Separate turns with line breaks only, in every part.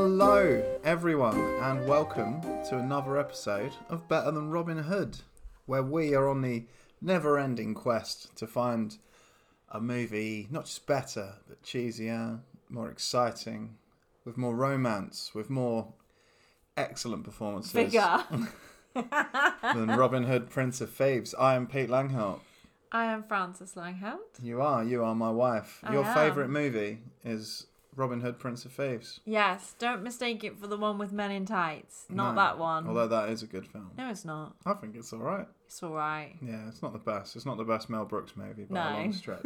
Hello, everyone, and welcome to another episode of Better Than Robin Hood, where we are on the never ending quest to find a movie not just better, but cheesier, more exciting, with more romance, with more excellent performances
Bigger.
than Robin Hood, Prince of Thieves. I am Pete Langholt.
I am Frances Langhound.
You are, you are my wife. Your
am.
favourite movie is Robin Hood, Prince of Thieves.
Yes, don't mistake it for the one with men in tights. Not
No,
that one.
Although that is a good film.
No, it's not.
I think it's alright.
It's all right.
Yeah, it's not the best. It's not the best Mel Brooks movie by a
No.
long stretch.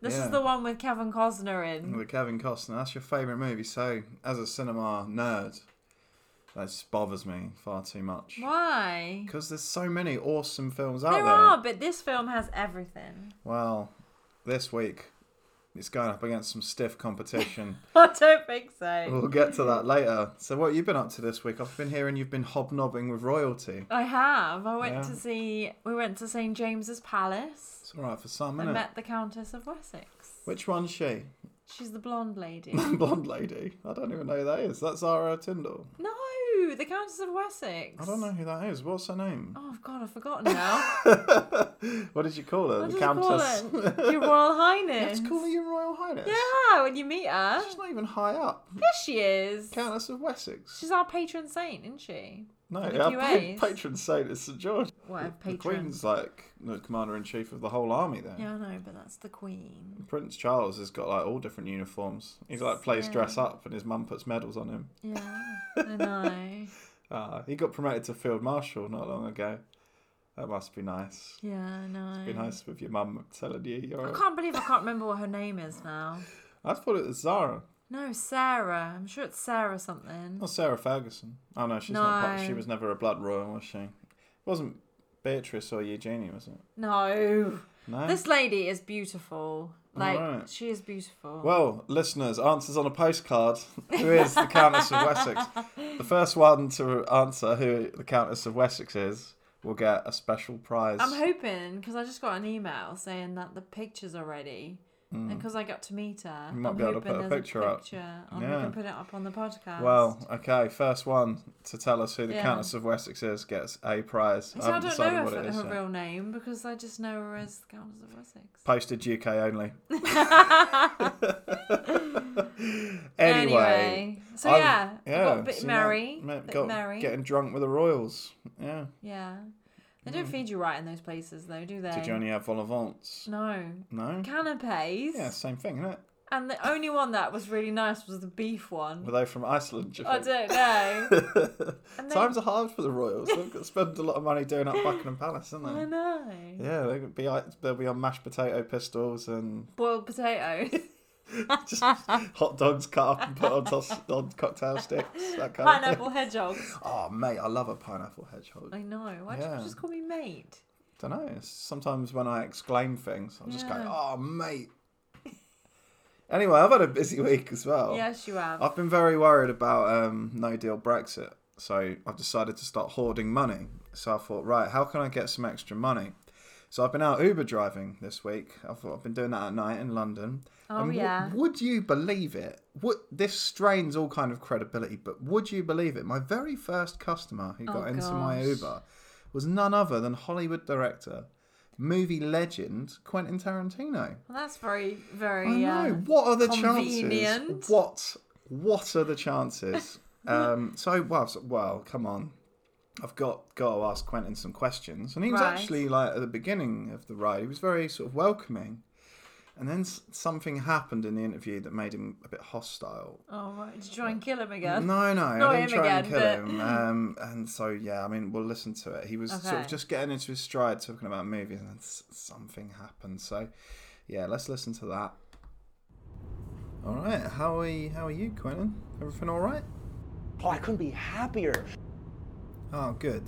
This
Yeah.
is the one with Kevin Costner in.
With Kevin Costner, that's your favourite movie. So, as a cinema nerd, that just bothers me far too much.
Why?
Because there's so many awesome films out
There
there.
are, but this film has everything.
Well, this week it's going up against some stiff competition.
I don't think so.
we'll get to that later. So, what have you been up to this week? I've been hearing you've been hobnobbing with royalty.
I have. I went
Yeah.
to see. We went to St James's Palace.
It's alright for some, isn't
and
it?
met the Countess of Wessex.
Which one's she?
She's the blonde lady.
Blonde lady. I don't even know who that is. That's Zara Tyndall.
no, the Countess of Wessex.
I don't know who that is. What's her name?
Oh God, I've forgotten now.
what did you call her?
What
the
do they call
Countess.
it? Your Royal Highness.
Let's call her Your Royal Highness.
Yeah, when you meet her.
She's not even high up.
There she is.
Countess of Wessex.
She's our patron saint, isn't she?
No,
one of
our
you
pa-
A's.
patron saint is St George.
Whatever,
The
patron.
Queen's like the commander in chief of the whole army. Then
Yeah, I know, but that's the queen.
Prince Charles has got like all different uniforms. He like plays
Yeah.
dress up, and his mum puts medals on him.
Yeah, I know.
Ah, he got promoted to field marshal not long ago. That must be nice.
Yeah, I know.
Be nice with your mum telling you
I
you're.
can't believe I can't remember what her name is now.
I thought it was Zara.
No, Sarah. I'm sure it's Sarah something.
Oh, Sarah Ferguson. Oh no, she's not. Part,
No.
she was never a blood royal, was she? It wasn't Beatrice or Eugenie, was it?
No.
No.
This lady is beautiful. Like,
Oh. Alright.
she is beautiful.
Well, listeners, answers on a postcard. Who is the Countess of Wessex? The first one to answer who the Countess of Wessex is will get a special prize.
I'm hoping because I just got an email saying that the pictures are ready, and because I got to meet her,
Hmm. You might
I'm
be able to
hoping
put a
there's
picture up.
picture, and
Yeah.
we can put it up on the podcast.
well, okay, first one to tell us who the
Yeah.
Countess of Wessex is gets a prize.
I, said, I
haven't
don't
decided
know
what it
her,
is.
her
yet.
real name because I just know her as the Countess of Wessex.
Posted UK only.
Anyway, so
I've-
yeah, I got a bit
so now-
merry,
ma-
bit
got-
merry.
Getting drunk with the royals. Yeah.
yeah. They don't feed you right in those places, though, do they?
Hmm. Did you only have vol au vents?
No.
No.
Canapes.
Yeah, same thing, isn't it?
And the only one that was really nice was the beef one.
Were they from Iceland? do you
I
think?
don't know. And they-
Times are hard for the royals. They've got to spend a lot of money doing up Buckingham Palace, haven't
I
they?
know.
Yeah, they could be like- they'll be on mashed potato pistols and
Boiled potatoes.
just hot dogs cut up and put on, toss, on cocktail sticks. That kind of thing.
Pineapple hedgehogs.
Oh mate, I love a pineapple hedgehog.
I know. Why do
Yeah.
you just call me mate?
don't know. Sometimes when I exclaim things, I'm just going,
Yeah.
"Oh, mate." Anyway, I've had a busy week as well.
Yes, you have.
I've been very worried about um, no deal Brexit, so I've decided to start hoarding money. So I thought, right, how can I get some extra money? So I've been out Uber driving this week. I thought I've been doing that at night in London.
Oh,
And w-
yeah.
would you believe it? Would this strains all kind of credibility, but would you believe it? My very first customer who got
Oh,
into my
gosh.
Uber was none other than Hollywood director, movie legend Quentin Tarantino.
Well, that's very,
I
very.
know.
Uh,
What are the
convenient.
chances? What What are the chances? um, so well, so- well, come on. I've got got to ask Quentin some questions, and he was
Right.
actually like at the beginning of the ride, he was very sort of welcoming, and then s- something happened in the interview that made him a bit hostile.
oh, right. Did you try and kill him again?
No, no,
Not
I didn't
him
try and
again,
kill
but-
him. Um, and so yeah, I mean, we'll listen to it. He was sort of
Okay.
just getting into his stride, talking about movies, and then s- something happened. So yeah, let's listen to that. All right, how are you? How are you, Quentin? Everything all right?
Oh, I couldn't be happier.
Oh, good.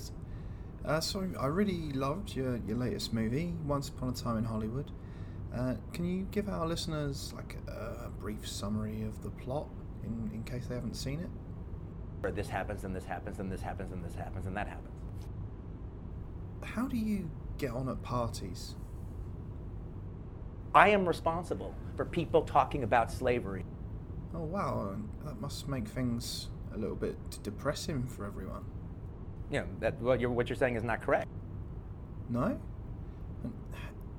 Uh, so I really loved your your latest movie, Once Upon a Time in Hollywood. Uh, can you give our listeners like a, a brief summary of the plot in, in case they haven't seen it?
Where this happens, and this happens, and this happens, and this happens, and that happens.
How do you get on at parties?
I am responsible for people talking about slavery.
Oh wow, that must make things a little bit depressing for everyone.
You know, that, what, you're, what you're saying is not correct.
No? And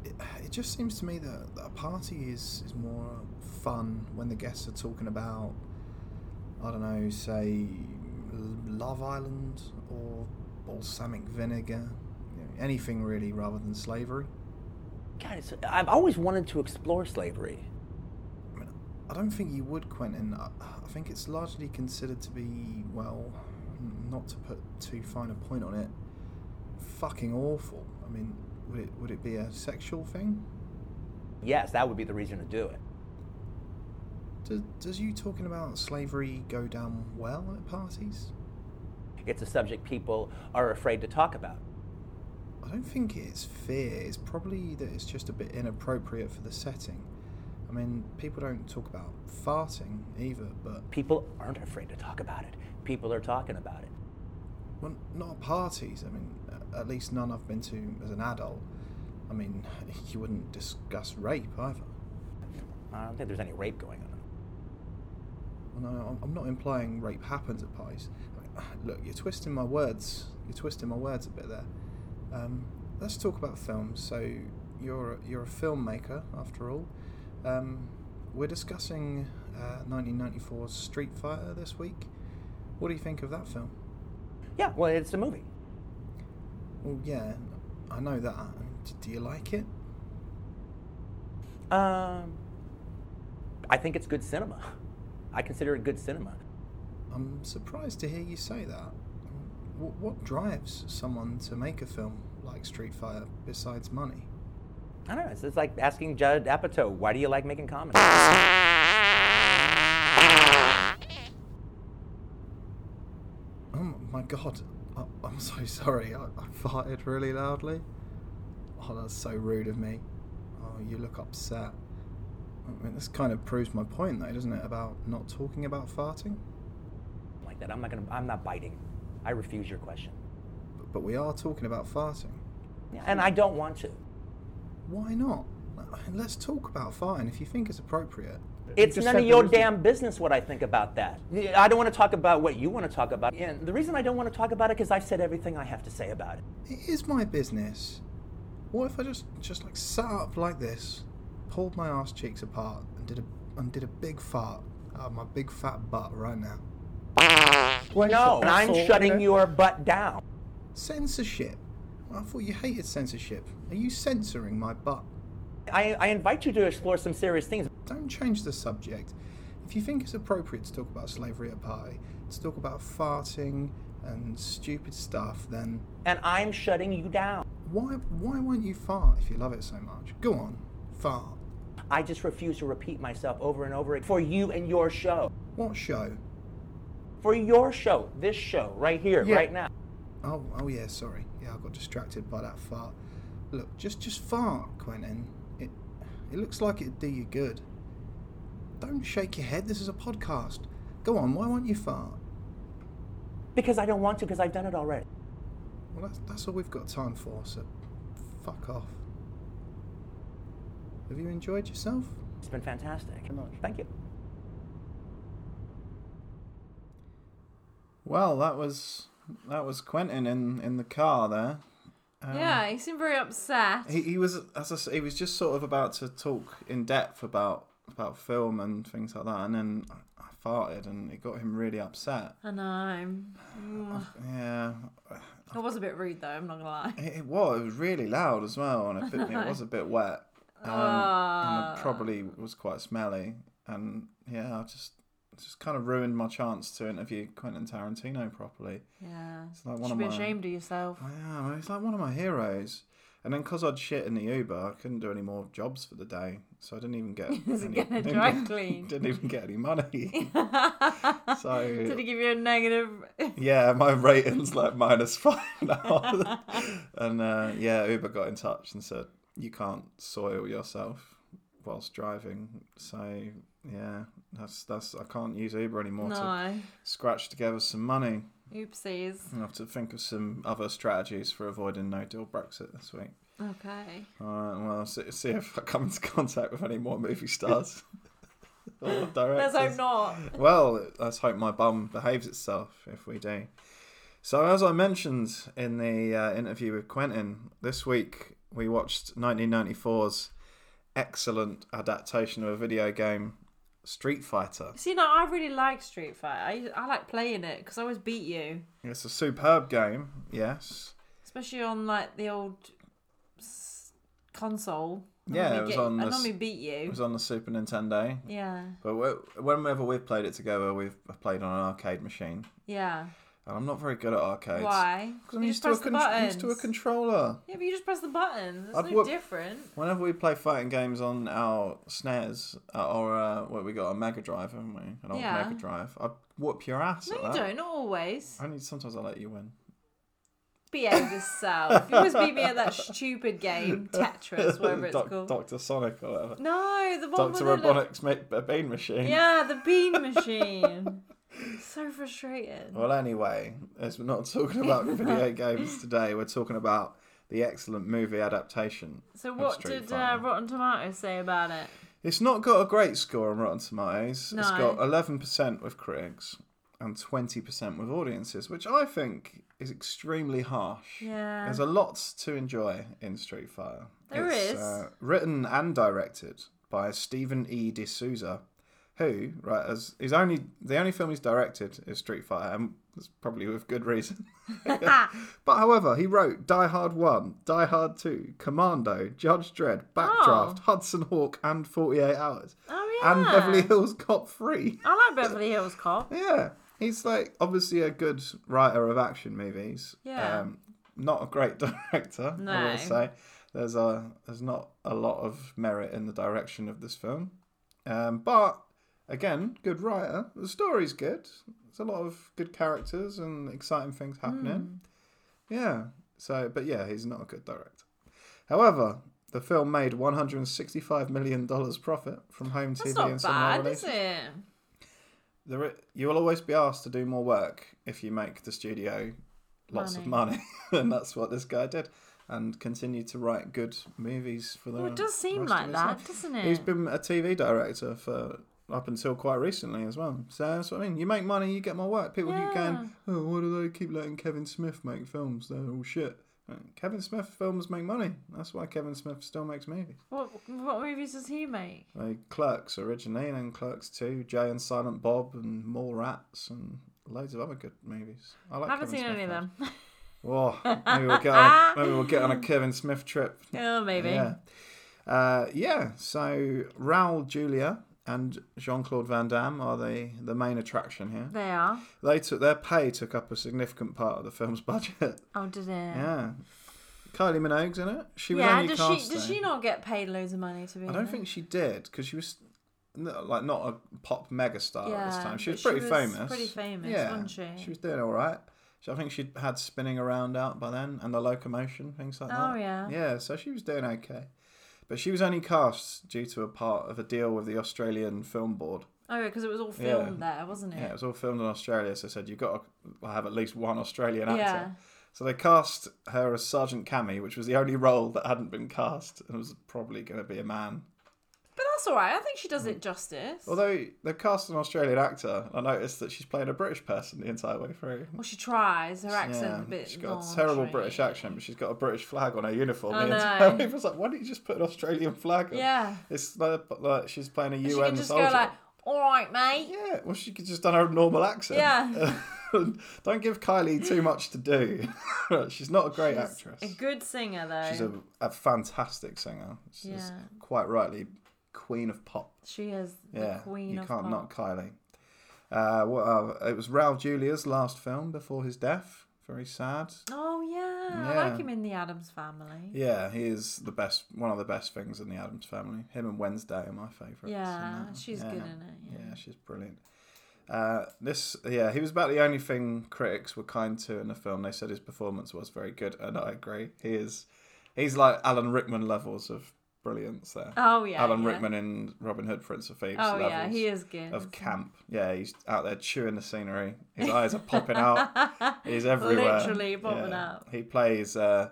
It, it just seems to me that, that a party is, is more fun when the guests are talking about, I don't know, say, L- Love Island or balsamic vinegar, you know, anything really, rather than slavery.
God, it's, I've always wanted to explore slavery.
I mean, I don't think you would, Quentin. I, I think it's largely considered to be, well, n- not to put too fine a point on it, fucking awful. I mean, would it, would it be a sexual thing?
Yes, that would be the reason to do it.
Does, does you talking about slavery go down well at parties?
It's a subject people are afraid to talk about.
I don't think it's fear. It's probably that it's just a bit inappropriate for the setting. I mean, people don't talk about farting either, but
People aren't afraid to talk about it. People are talking about it.
Well, not at parties. I mean, a- at least none I've been to as an adult. I mean, you wouldn't discuss rape either.
I don't think there's any rape going on.
Well, no, I'm- I'm not implying rape happens at parties. I mean, Look, you're twisting my words. You're twisting my words a bit there. Um, let's talk about films. So, you're a- you're a filmmaker after all. Um, we're discussing uh, 1994's Street Fighter this week. What do you think of that film?
Yeah, well, it's a movie.
Well, yeah, I know that. I mean, d- do you like it?
Um, I think it's good cinema. I consider it good cinema.
I'm surprised to hear you say that. What, what drives someone to make a film like Street Fighter besides money?
I don't know. It's, it's like asking Judd Apatow, why do you like making comedy?
Oh my god, I, I'm so sorry. I, I farted really loudly. Oh, that's so rude of me. Oh, you look upset. I mean, this kind of proves my point, though, doesn't it, about not talking about farting?
like that. I'm not gonna. I'm not biting. I refuse your question.
But, but we are talking about farting.
Yeah, and I don't want to.
Why not? Let's talk about farting if you think it's appropriate.
It's
just
none
said
of
the
your
reason.
damn business what I think about that. Yeah, I don't want to talk about what you want to talk about. And the reason I don't want to talk about it because I've said everything I have to say about it.
It is my business. What if I just just like sat up like this, pulled my ass cheeks apart, and did a and did a big fart out of my big fat butt right now?
No, and I'm shutting your butt down.
Censorship. I thought you hated censorship. Are you censoring my butt?
I, I invite you to explore some serious things.
Don't change the subject. If you think it's appropriate to talk about slavery at a party, to talk about farting and stupid stuff, then
And I'm shutting you down.
why why won't you fart if you love it so much? Go on, fart.
I just refuse to repeat myself over and over again for you and your show.
What show?
For your show, this show, right here, right now.
Oh, oh yeah, sorry. Yeah, I got distracted by that fart. Look, just just fart, Quentin. It it looks like it'd do you good. Don't shake your head. This is a podcast. Go on. Why won't you fart?
Because I don't want to, because I've done it already.
Well, that's that's all we've got time for. So, fuck off. Have you enjoyed yourself?
It's been fantastic. Thank you.
Well, that was that was Quentin in in the car there.
yeah, he seemed very upset.
he, he was as I say, he was just sort of about to talk in depth about about film and things like that, and then I farted and it got him really upset.
I know. Mm.
Yeah,
It was a bit rude though. I'm not gonna lie.
it, it was. It was really loud as well, and I think it was a bit wet. Um, and it probably was quite smelly, and yeah, I just just kind of ruined my chance to interview Quentin Tarantino properly.
Yeah, it's
like one
should
of
be
my-
ashamed of yourself.
Yeah, well, he's like one of my heroes. And then because I'd shit in the Uber, I couldn't do any more jobs for the day, so I didn't even get
Didn't
any,
get a
didn't
dry
get-
clean.
Didn't even get any money.
Did
so
he give you a negative?
yeah, my rating's like minus five now. and uh, yeah, Uber got in touch and said you can't soil yourself whilst driving. So yeah, that's that's I can't use Uber anymore to
no.
scratch together some money.
Oopsies.
I have to think of some other strategies for avoiding no deal Brexit this week.
Okay.
All right, well, see, see if I come into contact with any more movie stars. all the
Let's
directors.
hope not.
Well, let's hope my bum behaves itself if we do. So, as I mentioned in the uh, interview with Quentin, this week we watched 1994's excellent adaptation of a video game, Street Fighter.
See, no, I really like Street Fighter. I, I like playing it because I always beat you,
It's a superb game, yes.
especially on like the old s- console. I
Yeah, it
normally
was
get-
on
I
the s-
normally beat you.
It was on the Super Nintendo.
Yeah,
But wh- whenever we've played it together, we've played on an arcade machine.
yeah.
And I'm not very good at arcades.
Why?
Because
You
I'm
just
used to, a
press the
con- I'm used
buttons.
to a controller.
Yeah, but you just press the buttons. It's
I'd
no
whip-
different.
Whenever we play fighting games on our SNES uh, or uh, what we got a Mega Drive, haven't we? An old
Yeah.
Mega Drive. I whoop your ass.
No,
at
you
that.
don't. Not always.
Only sometimes I let you win.
Behave yourself. You always beat me at that stupid game, Tetris, whatever it's
Doc-
called.
Doctor Sonic or whatever.
No, the one
Doctor
with the little-
Robotnik's make a bean machine.
Yeah, the bean machine. so frustrating.
Well, anyway, as we're not talking about video games today, we're talking about the excellent movie adaptation.
So
of
what
Street
did uh,
Fighter.
Rotten Tomatoes say about it?
It's not got a great score on Rotten Tomatoes. It's
No.
got 11% with critics and 20% with audiences, which I think is extremely harsh.
Yeah.
There's a lot to enjoy in Street Fighter.
There
it's,
is.
Uh, written and directed by Stephen E. D'Souza, who, right, as his only the only film he's directed is Street Fighter, and that's probably with good reason. But however, he wrote Die Hard 1, Die Hard 2, Commando, Judge Dredd, Backdraft, Hudson Hawk, and 48 Hours.
Oh yeah.
And Beverly Hills Cop 3.
I like Beverly Hills Cop.
Yeah. He's like obviously a good writer of action movies.
Yeah.
Um, not a great director, I
No.
will say. There's a there's not a lot of merit in the direction of this film. Um, but again, good writer. The story's good. There's a lot of good characters and exciting things happening.
Hmm.
Yeah. So but yeah, he's not a good director. However, the film made one hundred and sixty five million dollars profit from home
That's
TV and
not
cinema
bad,
releases.
is it?
There, i- you will always be asked to do more work if you make the studio lots of money, and that's what this guy did, and continued to write good movies for the.
Well, it does seem
rest Mm, of
like
his
that,
life.
doesn't it?
He's been a TV director for up until quite recently as well. So that's what I mean. You make money, you get more work. People keep
Yeah.
going, "Oh, why do they keep letting Kevin Smith make films? They're all shit." And Kevin Smith films make money. That's why Kevin Smith still makes movies.
What what movies does he make?
Like Clerks originally, and then Clerks 2, Jay and Silent Bob, and More Rats, and loads of other good movies. I like
I haven't
Kevin
seen
Smith
any of
films.
them.
Oh, maybe we'll, get on a, maybe we'll get on a Kevin Smith trip.
oh, maybe.
Yeah. Uh, yeah, so Raul Julia and Jean Claude Van Damme are the, the main attraction here.
They are.
They took Their pay took up a significant part of the film's budget.
Oh, did it?
Yeah. Kylie Minogue's in it. She was
Yeah,
only
does
cast
she does
though.
she not get paid loads of money to be?
I
in
don't
it?
think she did because she was n- like not a pop megastar at this
Yeah,
time. She
but
was pretty
she was
famous.
pretty famous, wasn't she?
She was doing all right. So I think she'd had spinning around out by then and the locomotion things like that.
Oh, yeah.
Yeah, so she was doing okay, but she was only cast due to a part of a deal with the Australian Film Board.
Oh, yeah, because it was all filmed there, wasn't it?
Yeah, it was all filmed in Australia, so they said you've got to have at least one Australian actor.
Yeah.
So they cast her as Sergeant Cammy, which was the only role that hadn't been cast and was probably going to be a man.
But that's all right. I think she does
Mm.
it justice.
Although they cast an Australian actor, I noticed that she's playing a British person the entire way through.
well, she tries. Her accentent's
Yeah,
a bit.
she's got a
non-
terrible
Australian.
British accent, but she's got a British flag on her uniform.
I
the entire
know.
way. It was like, why don't you just put an Australian flag on?
Yeah.
It's like, like she's playing a
She
UN
can just
soldier.
go like, "All right, mate."
yeah, well, she could just done her normal accent.
Yeah.
don't give Kylie too much to do. she's not a great actress.
A good singer though.
She's a, a fantastic singer. She's
Yeah.
quite rightly queen of pop.
She is
Yeah,
the queen
you
of
can't
pop.
knock Kylie. Uh, well, uh, it was Raul Julia's last film before his death. Very sad.
Oh yeah. I
Yeah.
like him in the Adams Family.
Yeah, he is the best. One of the best things in the Adams Family. Him and Wednesday are my favourites. in
Yeah,
that.
she's good in it. Yeah.
Yeah, she's brilliant. Uh, this, yeah, he was about the only thing critics were kind to in the film. They said his performance was very good, and I agree. He is, he's like Alan Rickman levels of brilliance there.
Oh yeah.
Alan
yeah.
Rickman in Robin Hood, Prince of Thieves.
Oh
levels
yeah, he is good.
of camp. Yeah, he's out there chewing the scenery. His eyes are popping out. He's everywhere.
Literally popping out.
He plays uh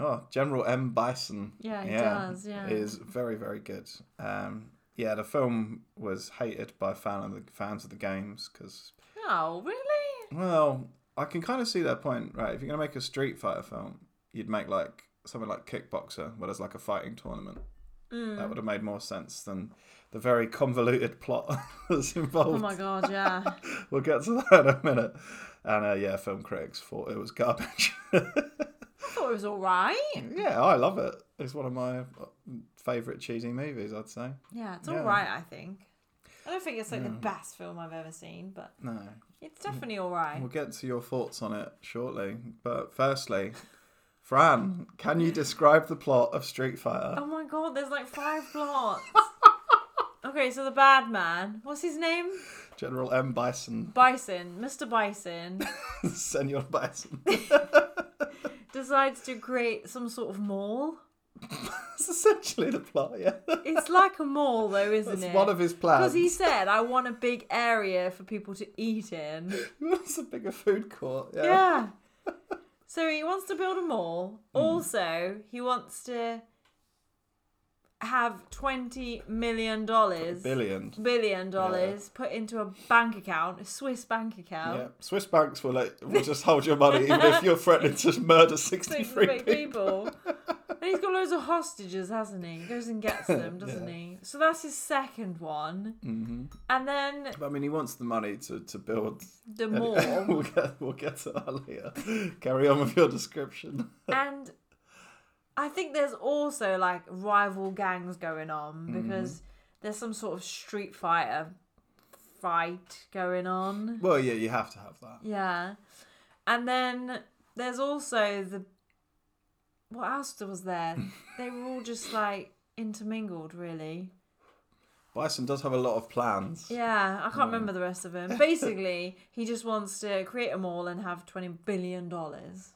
oh General M Bison.
Yeah, he does, yeah.
is very very good. Um, Yeah, the film was hated by fan of the fans of the games because,
Oh, really?
well, I can kind of see their point, right? If you're gonna make a Street Fighter film, you'd make like something like Kickboxer, where there's like a fighting tournament.
Mm.
That would have made more sense than the very convoluted plot that's involved.
Oh my god, yeah.
We'll get to that in a minute. And uh, yeah, film critics thought it was garbage.
I thought it was all right.
yeah, I love it. It's one of my favourite cheesy movies, I'd say.
Yeah, it's
Yeah.
all right. I think. I don't think it's like the best film I've ever seen, but
No.
it's definitely all right.
We'll get to your thoughts on it shortly. But firstly, Fran, can
Mm.
you describe the plot of Street Fighter?
Oh my god, there's like five plots. okay, so the bad man. What's his name?
General M. Bison,
Bison, Mr. Bison,
Senor Bison.
decides to create some sort of mall.
That's essentially the plot, yeah.
It's like a mall though, isn't
That's
it?
one of his plans.
because he said, I want a big area for people to eat in.
He wants a bigger food court, yeah.
Yeah. Hmm. so he wants to build a mall. Also, he wants to have twenty million dollars
Billion.
billion dollars put into a bank account, a Swiss bank account.
Yeah, Swiss banks will, like, will just hold your money even if you're threatening to murder
Six
63
great
people.
people. and he's got loads of hostages, hasn't he? Goes and gets them, doesn't he? So that's his second one. Mm-hmm. And then
I mean, he wants the money to, to build.
the mall.
we'll, get, we'll get to that later. Carry on with your description.
and I think there's also like rival gangs going on because there's some sort of street fighter fight going on.
Well, yeah, you have to have that.
Yeah. And then there's also the what else was there? they were all just like intermingled really.
Bison does have a lot of plans.
Yeah, I can't remember the rest of them. Basically, he just wants to create them all and have 20 billion dollars.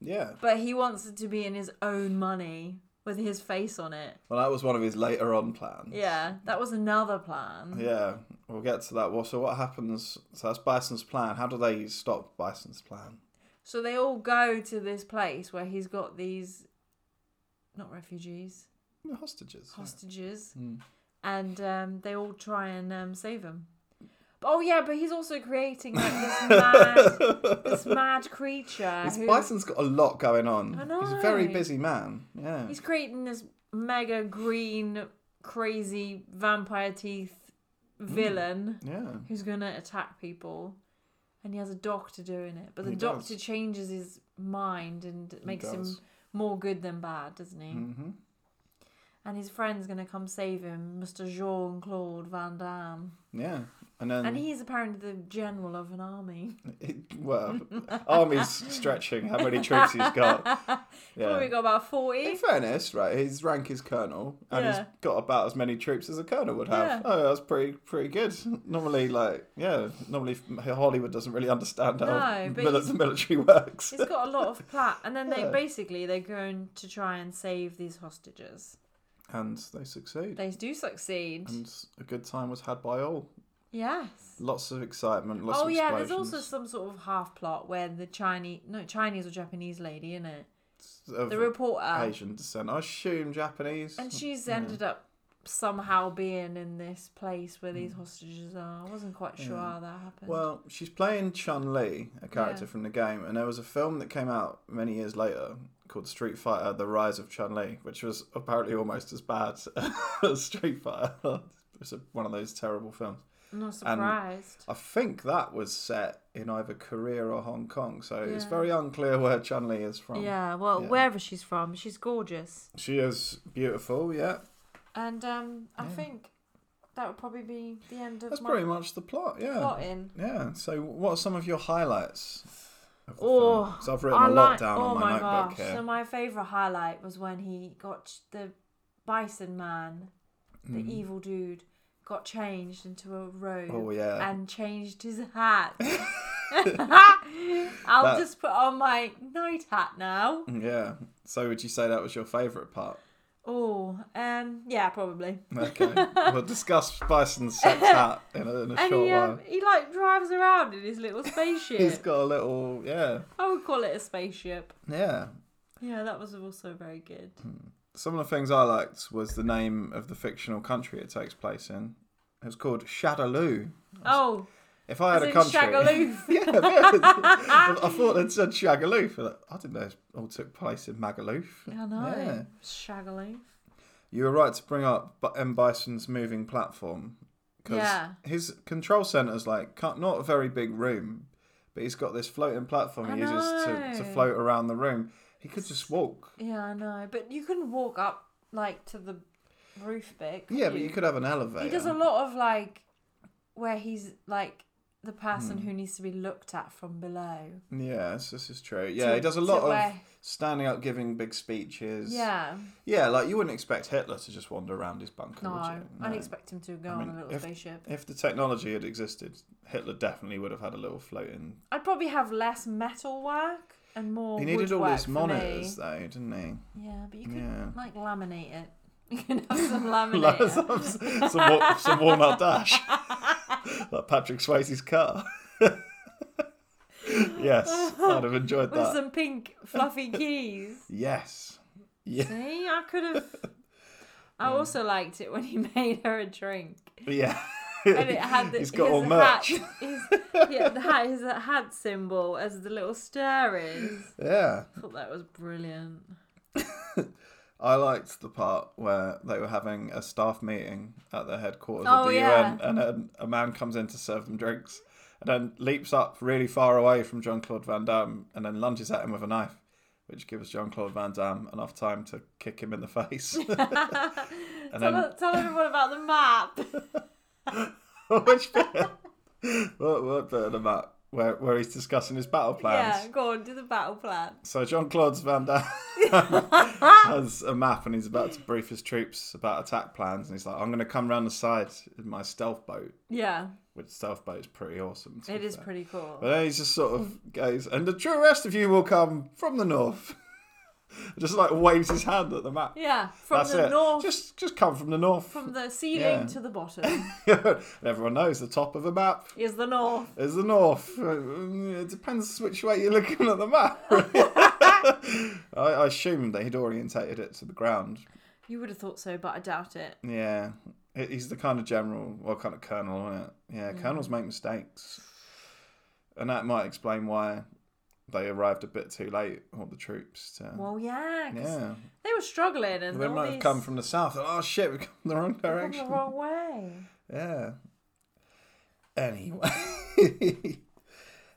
Yeah.
But he wants it to be in his own money with his face on it.
Well, that was one of his later on plans.
Yeah, that was another plan.
Yeah. We'll get to that. Well, so what happens? So that's Bison's plan. How do they stop Bison's plan?
So they all go to this place where he's got these, not refugees,
The Hostages. yeah.
hostages, and um, they all try and um, save him. Oh yeah, but he's also creating like this mad, this mad creature.
This
who-
Bison's got a lot going on.
I
He's a very
know.
busy man. Yeah.
He's creating this mega green, crazy vampire teeth villain
Yeah.
who's gonna attack people, and he has a doctor doing it. But the
He does.
doctor changes his mind and makes him
does.
more good than bad, doesn't he? Mm-hmm. And his friend's gonna come save him, Mister Jean Claude Van Damme,
Yeah. And then,
and he's apparently the general of an army.
well, army's stretching how many troops he's got.
Probably
Yeah.
got about
In
forty.
fairness, right, his rank is colonel, and he's
Yeah.
got about as many troops as a colonel would have.
Yeah.
Oh, that's pretty pretty good. Normally, like, yeah, normally Hollywood doesn't really understand how
No, but
mil-
he's-
the military works.
He's got a lot of plat, and then
Yeah.
they basically they're going to try and save these hostages.
And they succeed.
They do succeed.
And a good time was had by all.
yes.
Lots of excitement. Lots
Oh
of
yeah,
explosions.
there's also some sort of half plot where the Chinese, no Chinese or Japanese lady, in it,
of
the reporter,
Asian descent. I assume Japanese.
and she's ended up somehow being in this place where these hostages are. I wasn't quite sure how that happened.
Hmm. Well, she's playing Chun Li, a character from the game, and there was a film that came out many years later called Street Fighter: The Rise of Chun Li, which was apparently almost as bad as Street Fighter. it's a, one of those terrible films.
I'm not surprised.
I think that was set in either Korea or Hong Kong, so it's
Yeah.
very unclear where Chun Li is from.
yeah, well,
yeah.
wherever she's from, she's gorgeous,
She is beautiful. Yeah,
and um, I think that would probably be the end of
that's
my
pretty much the plot. Yeah.
plotting.
Yeah. So, what are some of your highlights? Of the
Oh,
film? 'Cause I've written a
I
lot
like-
down
oh
on my, notebook
gosh.
here.
So my favorite highlight was when he got ch- the bison man, the evil dude, got changed into a robe.
Hmm. Oh, yeah.
And changed his hat. I'll
That-
just put on my night hat now.
Mm, Yeah. So would you say that was your favourite part?
Oh, um, yeah, probably.
Okay. we'll discuss Bison's sex hat in a, in a
And
short
he,
while.
um, he like drives around in his little
He's
spaceship.
got a little, yeah,
I would call it a spaceship.
yeah. Hmm.
Yeah, that was also very good.
Some of the things I liked was the name of the fictional country it takes place in. It was called Shadaloo.
Oh,
If I had
As
a
in
country,
Shagaloo.
yeah, it is. I I thought it said Shagaloof. I I didn't know it all took place in Magaluf.
I know.
Yeah.
Shagaloo.
You were right to bring up B- M Bison's moving platform because
Yeah.
his control center's like can't, not a very big room, but he's got this floating platform he
I
uses to, to
know.
float around the room. He could just walk.
Yeah, I know. But you couldn't walk up like to the roof bit.
Yeah, but you um, could have an elevator.
He does a lot of like where he's like the person
Hmm.
who needs to be looked at from below.
Yes, this is true. Yeah, he does a
to
lot of
where-
standing up, giving big speeches.
Yeah.
yeah, like you wouldn't expect Hitler to just wander around his bunker,
No,
would you?
I'd expect him to go on
mean,
a little
if-
spaceship.
If the technology had existed, Hitler definitely would have had a little floating.
I'd probably have less metal work and more.
He needed all
woodwork
his
for
monitors,
me.
though, didn't he?
Yeah, but you could
Yeah.
like laminate it. You can have some laminate.
some, some, wa- some walnut dash. like Patrick Swayze's car. yes, I'd have enjoyed
With
that.
some pink fluffy keys.
Yes. Yeah.
See, I could have. I also liked it when he made her a drink,
yeah.
and it had the,
He's got
his
all
hat,
merch.
his, yeah, the hat, his hat symbol as the little star is.
Yeah.
I thought that was brilliant.
I liked the part where they were having a staff meeting at the headquarters
Oh,
of the
yeah.
UN, and then a man comes in to serve them drinks, and then leaps up really far away from Jean Claude Van Damme, and then lunges at him with a knife, which gives Jean Claude Van Damme enough time to kick him in the face. and
Tell,
then
tell everyone about the map.
which bit? What, what bit of the map where where he's discussing his battle plans?
Yeah, go on, do the battle plan.
So John Claude's Van Damme has a map and he's about to brief his troops about attack plans and he's like, I'm gonna come round the side in my stealth boat,
Yeah,
which stealth boat is pretty awesome. to
it
be
is
fair.
pretty cool.
But then he just sort of goes, and the true rest of you will come from the north. just like waves his hand at the map.
yeah, from
That's
the
it.
north,
Just just come from the north.
from the ceiling
Yeah.
to the bottom
and everyone knows the top of the map
is the north.
is the north. Uh, It depends which way you're looking at the map. I, I assumed that he'd orientated it to the ground.
You would have thought so, but I doubt it.
Mm. Yeah, He- he's the kind of general, well, kind of colonel, isn't it?
Hmm.
Yeah, colonels make mistakes, and that might explain why they arrived a bit too late, all the troops. To,
Well, yeah, 'cause
yeah,
they were struggling, and
they
all
might
these
have come from the south. Oh shit, we've come the wrong
come
direction.
the wrong way.
Yeah. Anyway.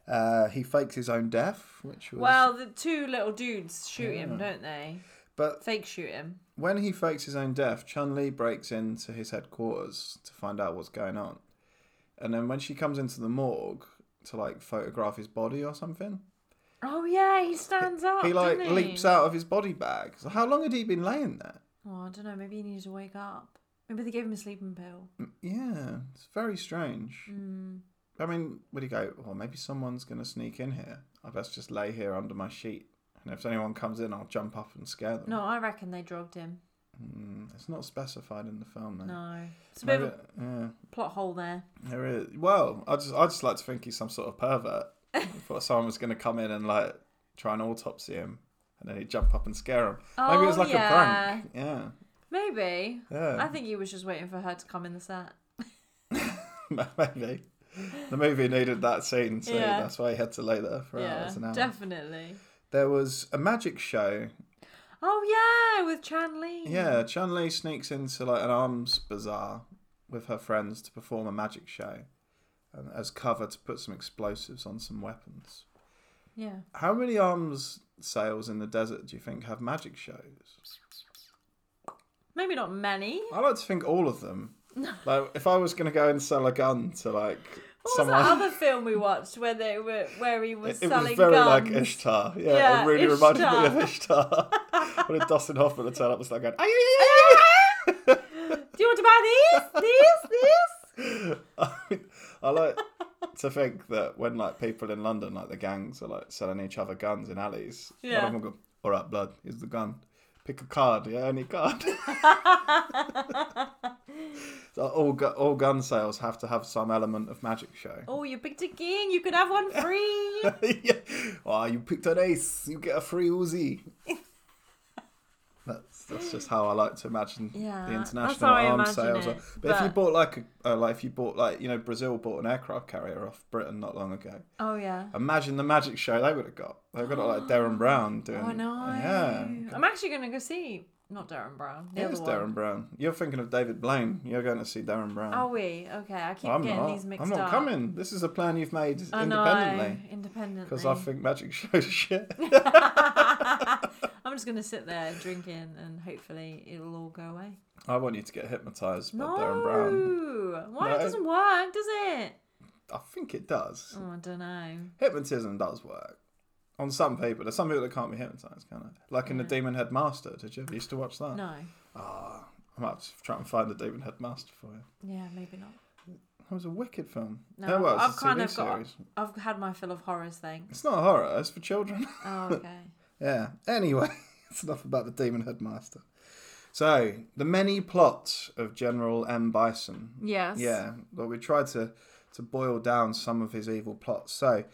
Uh, he fakes his own death, which was
Well, the two little dudes shoot him, don't they?
But
Fake shoot him.
when he fakes his own death, Chun Li breaks into his headquarters to find out what's going on. And then when she comes into the morgue to like photograph his body or something,
Oh yeah, he stands up.
he like
doesn't
leaps
Oh, he?
out of his body bag. So how long had he been laying there?
Oh, I don't know. Maybe he needed to wake up. Maybe they gave him a sleeping pill.
Mm. Yeah, it's very strange. I mean, would he go, well, maybe someone's going to sneak in here. I best just lay here under my sheet. And if anyone comes in, I'll jump up and scare them.
No, I reckon they drugged him.
It's not specified in the film, though.
No, it's a
Mm.
bit
Maybe,
of
yeah.
a plot hole there.
There is. Well, I just I just like to think he's some sort of pervert. I thought someone was going to come in and like try and autopsy him, and then he'd jump up and scare him. Maybe it was
Oh,
like a prank. Yeah,
Maybe. I
yeah,
think he was just waiting for her to come in the set.
maybe. The movie needed that scene, so
Yeah.
that's why he had to lay there for
yeah,
hours and hours.
definitely.
there was a magic
Hmm.
show.
Oh yeah, with Chan Lee.
Yeah, Chun Li sneaks into like an arms bazaar with her friends to perform a magic show, and as cover to put some explosives on some weapons.
Yeah.
How many arms sales in the desert do you think have magic shows?
Maybe not many.
I like to think all of them. like if I was going to go and sell a gun to like
What
someone,
was that other film we watched where they were where he was
it, it
selling
was very
guns?
like Ishtar. Yeah,
Yeah,
it really reminded me of Ishtar. when Dustin Hoffman would turn up and start going, "Ay, ay, ay, ay,
Do you want to buy these? These? These?
ay." I like to think that when like people in London, like the gangs, are like selling each other guns in alleys. One
Yeah.
of them go, "All right, blood, here's the gun. Pick a card. Yeah, any card." So all gu- all gun sales have to have some element of magic show.
oh, you picked a king. You could have one free.
yeah. Oh, you picked an ace. You get a free Uzi. That's that's just how I like to imagine
Yeah,
the
that's
international
how I
arms
imagine
sales.
it,
are. but, if you
but-
bought like a, uh, like if you bought like you know Brazil bought an aircraft carrier off Britain not long ago.
Oh yeah.
Imagine the magic show they would have got. They've got like Darren Brown doing.
Oh no.
Yeah.
I'm actually gonna go see not Darren Brown. The
It
other
is
one.
Darren Brown. You're thinking of David Blaine. You're going to see Darren Brown.
Are we? Okay, I keep
I'm
getting
not.
these mixed
I'm not
up.
coming. This is a plan you've made
I know.
independently.
Independently.
Because I think magic shows shit.
I'm just gonna sit there drinking and hopefully it'll all go away.
I want you to get hypnotised by
No.
Darren Brown.
Why
No.
it doesn't work, does it?
I think it does.
Oh, I don't know.
Hypnotism does work. On some people. There's some people that can't be hypnotised, can they? Like in The Demon Head Master. Did you ever used to watch that?
No.
Ah, I might have to try and find The Demon Head Master for you.
Yeah, maybe not.
That was a wicked film.
No,
oh, well, it's
I've
a
kind
TV
of got.
series.
I've had my fill of horrors thing.
It's not horror, it's for children.
Oh, okay.
Yeah. Anyway, it's enough about the Demon Headmaster. So, the many plots of General M. Bison.
yes.
Yeah. Well, we tried to, to boil down some of his evil plots. So,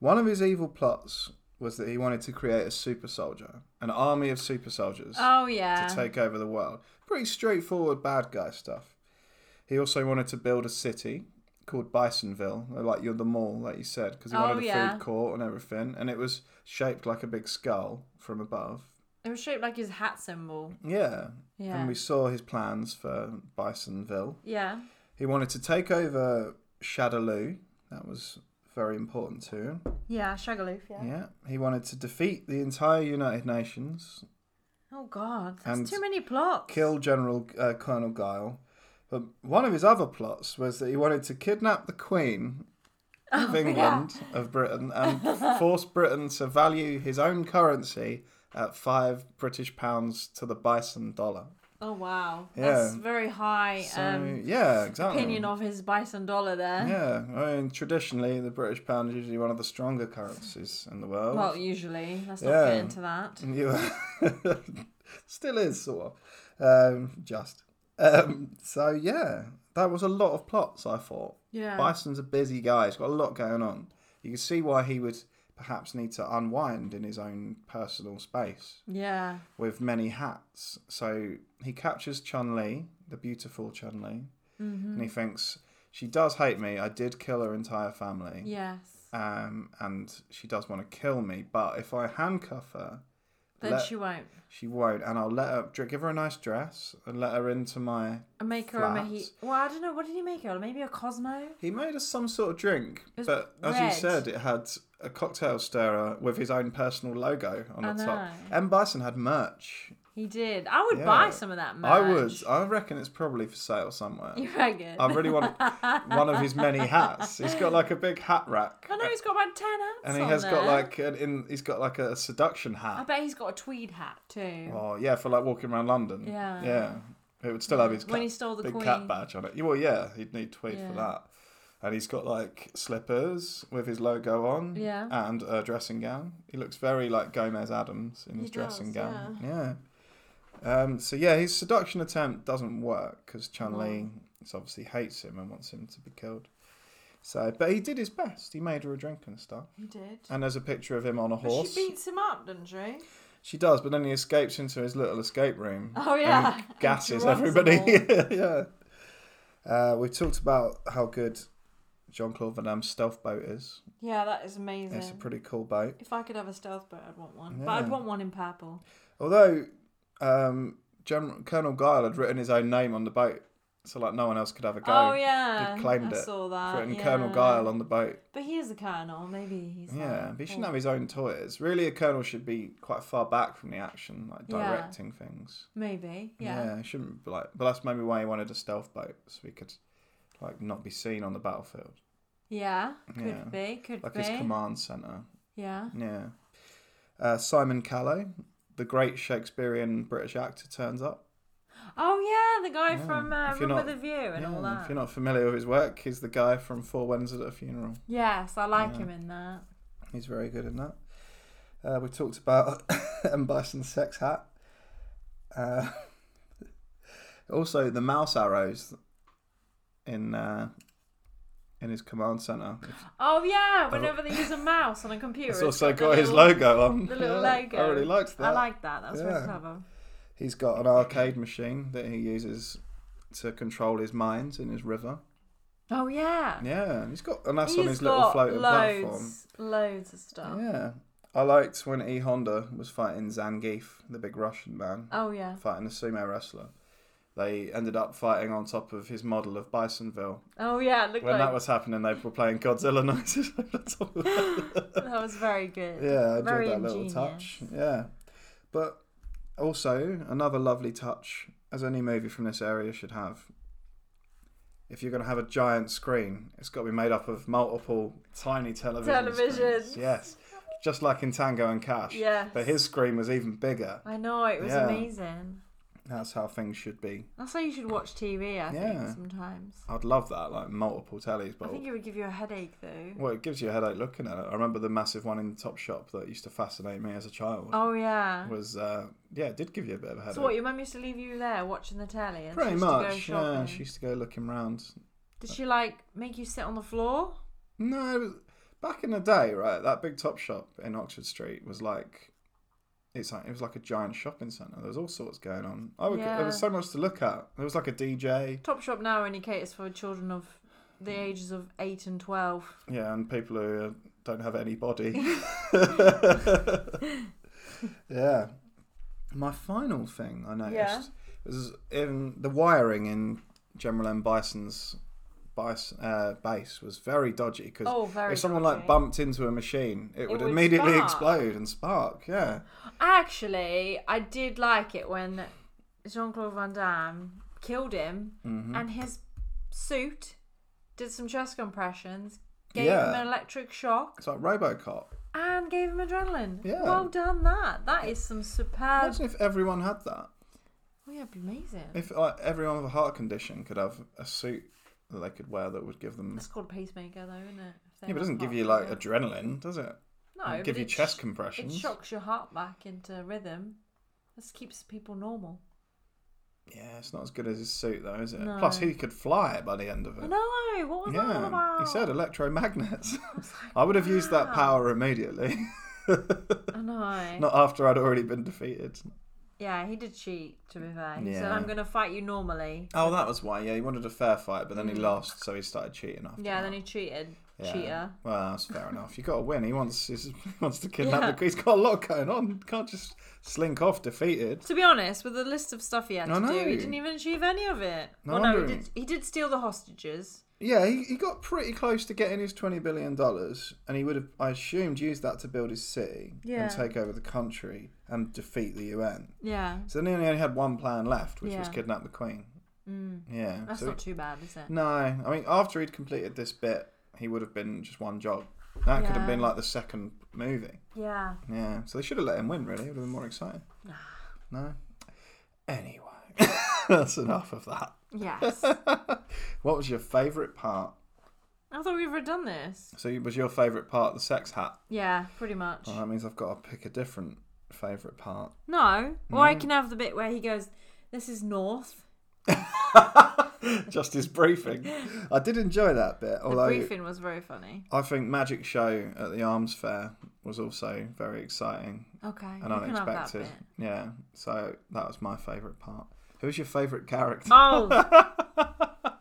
one of his evil plots was that he wanted to create a super soldier, an army of super soldiers
Oh yeah.
to take over the world. Pretty straightforward bad guy stuff. He also wanted to build a city called Bisonville, like you're the mall, like you said, because he
Oh,
wanted a
yeah.
food court and everything, and it was shaped like a big skull from above.
It was shaped like his hat symbol.
Yeah.
Yeah.
And we saw his plans for Bisonville.
Yeah.
He wanted to take over Shadaloo. That was very important to him.
Yeah, Shagaloof. Yeah.
Yeah. He wanted to defeat the entire United Nations
Oh God, that's
And
too many plots.
kill General uh, Colonel Guile. But one of his other plots was that he wanted to kidnap the Queen
Oh,
of England, of Britain, and force Britain to value his own currency at five British pounds to the bison dollar.
Oh wow,
Yeah.
that's very high
So,
um,
yeah, exactly.
opinion of his bison dollar there.
yeah, I mean, traditionally, the British pound is usually one of the stronger currencies in the world.
Well, usually let's not
Yeah.
get into that.
You still is sort of um, just. Um, so yeah, that was a lot of plots. I thought
Yeah.
Bison's a busy guy. He's got a lot going on. You can see why he would perhaps need to unwind in his own personal space
Yeah.
with many hats. So he captures Chun Li, the beautiful Chun Li,
Mm-hmm.
and he thinks she does hate me. I did kill her entire family
Yes.
um, and she does want to kill me. But if I handcuff her,
Then
let-
she won't.
she won't, and I'll let her dr- give her a nice dress and let her into my.
And make her
Flat.
a mojito. Well, I don't know. What did he make her? Maybe a Cosmo.
He made us some sort of drink,
was
but as you
red.
said, it had a cocktail stirrer with his own personal logo on
I
the top.
know.
M Bison had merch.
He did. I would
Yeah.
buy some of that merch.
I would. Um, I reckon it's probably for sale somewhere.
You reckon?
I really want one of his many hats. He's got like a big hat rack,
I know he's got about ten hats.
and he
on
has got
there.
like an in. He's got like a seduction hat.
I bet he's got a tweed hat too.
Oh yeah, for like walking around London.
Yeah.
Yeah. It would still have his
When
cat-
he stole the
big
Queen.
cat badge on it. Well, yeah, he'd need tweed
Yeah.
for that. And he's got like slippers with his logo on.
Yeah.
And a dressing gown. He looks very like Gomez Adams in
He
his dressing
does,
gown. Yeah. Um, so yeah, his seduction attempt doesn't work because Chun Li obviously hates him and wants him to be killed. So, but he did his best. He made her a drink and stuff.
He did.
And there's a picture of him on a
But
horse.
she beats him up, doesn't she?
She does, but then he escapes into his little escape room.
Oh, yeah.
and gasses
Drugs them
everybody. yeah. Uh, we talked about how good Jean Claude Van Damme's stealth boat is.
Yeah, that is amazing.
It's a pretty cool boat.
If I could have a stealth boat, I'd want one. But I'd
Yeah.
want one in purple.
Although um, General Colonel Guile had written his own name on the boat, so like no one else could have a go.
oh yeah,
He claimed
I
it.
saw
He's
that.
Written
yeah.
Colonel Guile on the boat.
But he is a colonel. Maybe he's.
Yeah, but
like,
he
oh.
shouldn't have his own toys. Really, a colonel should be quite far back from the action, like
Yeah.
directing things.
Maybe. Yeah.
he shouldn't be like. But that's maybe why he wanted a stealth boat, so he could like not be seen on the battlefield,
Yeah. Could
Yeah.
be. Could
like
be.
his command center.
Yeah.
Yeah. Uh, Simon Callow, the great Shakespearean British actor, turns up.
Oh yeah, the guy
Yeah.
from uh,
If you're
Room
not-
with a View and all
Yeah, if
that.
you're not familiar with his work, he's the guy from Four Weddings at a Funeral.
Yes, I like
Yeah.
him in that.
He's very good in that. Uh, we talked about M. Bison's sex hat. Uh, also, the mouse arrows in uh, in his command center.
Oh yeah, whenever they use a mouse on a computer.
It's also
got the
got his
little-
logo on.
The little
Yeah,
logo.
I really liked that.
I like that. That's
Yeah.
really clever.
He's got an arcade machine that he uses to control his mines in his river.
Oh yeah.
Yeah, and he's got and that's
He's
on his little
got
floating
loads,
platform.
loads of stuff.
Yeah. I liked when E Honda was fighting Zangief, the big Russian man,
Oh yeah.
fighting a sumo wrestler. They ended up fighting on top of his model of Bisonville.
Oh yeah. It looked
When
like
that was happening, they were playing Godzilla noises over top of it.
that was very good.
Yeah, I enjoyed
Very
that little touch. Yeah. But also, another lovely touch, as any movie from this area should have. If you're going to have a giant screen, it's got to be made up of multiple tiny television.
Televisions.
screens. Yes. Just like in Tango and Cash.
Yes.
But his screen was even bigger.
I know it was
Yeah.
amazing.
That's how things should be.
That's how you should watch TV. I
Yeah.
think sometimes.
I'd love that, like multiple tellies.
I
But
think it would give you a headache though.
well, it gives you a headache looking at it. I remember the massive one in the Top Shop that used to fascinate me as a child.
Oh yeah.
Was uh, yeah, it did give you a bit of a headache.
So what? Your mum used to leave you there watching the telly, and
Pretty
she used To go
much,
shopping.
yeah. She used to go looking round.
Did she like make you sit on the floor?
No, it was, back in the day, right? That big Top Shop in Oxford Street was like, it's like it was like a giant shopping centre. There was all sorts going on. I would,
Yeah.
there was so much to look at. There was like a DJ,
Top Shop now only caters for children of the ages of eight and twelve.
yeah, and people who don't have any body. yeah. My final thing I noticed
Yeah.
was in the wiring in General M. Bison's bison, uh, base was very dodgy because
Oh, very
if someone
dodgy.
like bumped into a machine, it, would,
would
immediately
spark.
explode and spark. Yeah,
Actually, I did like it when Jean Claude Van Damme killed him
Mm-hmm.
and his suit did some chest compressions, gave
Yeah.
him an electric shock,
it's like RoboCop.
and gave him adrenaline.
Yeah.
Well done, that. That is some superb.
Imagine if everyone had that.
Oh, Um, yeah, it'd be amazing.
If like everyone with a heart condition could have a suit that they could wear that would give them.
It's called a pacemaker, though, isn't it? If
Yeah, but
they
it
have
doesn't give
heart
you like
failure.
adrenaline, does it?
no,
give
but
you
it
chest
sh- It
compressions.
shocks your heart back into rhythm. This keeps people normal.
Yeah, it's not as good as his suit though, is it?
No.
Plus, he could fly by the end of
I
it.
know. What was that all
Yeah,
about?
he said electromagnets. I would have used that
wow.
power immediately,
I know.
not after I'd already been defeated.
Yeah, he did cheat, to be fair. He said,
Yeah.
I'm going to fight you normally.
Oh, that was why. Yeah, he wanted a fair fight, but then he lost, so he started cheating after.
Mm. Yeah,
that.
then he cheated.
Yeah.
Cheater.
Well, that's fair enough. You got to win. He wants he's- he wants to kidnap.
Yeah.
The, he's got a lot going on. Can't just slink off defeated.
To be honest, with the list of stuff he had
I
to do, he
know.
didn't even achieve any of it.
No
well, no, he
wonder-
did, he did steal the hostages.
Yeah, he, he got pretty close to getting his twenty billion dollars, and he would have, I assumed, used that to build his city
Yeah.
and take over the country and defeat the UN.
Yeah.
So then he only had one plan left, which was
Yeah.
kidnap the Queen. Mm. Yeah.
That's
so
not too bad, is it?
he- no, I mean, after he'd completed this bit, he would have been just one job. That could
Yeah.
have been like the second movie.
Yeah.
Yeah, so they should have let him win, really. It would have been more exciting. no? Anyway, that's enough of that.
Yes.
What was your favourite part?
I thought we've already done this.
So, was your favourite part the sex hat?
Yeah, pretty much.
Well, that means I've got to pick a different favourite part.
No. Or
Mm-hmm.
I can have the bit where he goes, This is North.
Just his briefing. I did enjoy that bit,
The
although
briefing was very funny.
I think Magic Show at the Arms Fair was also very exciting
Okay.
and
you can have that
unexpected.
bit.
Yeah, so that was my favourite part. Who's your favourite character?
Oh!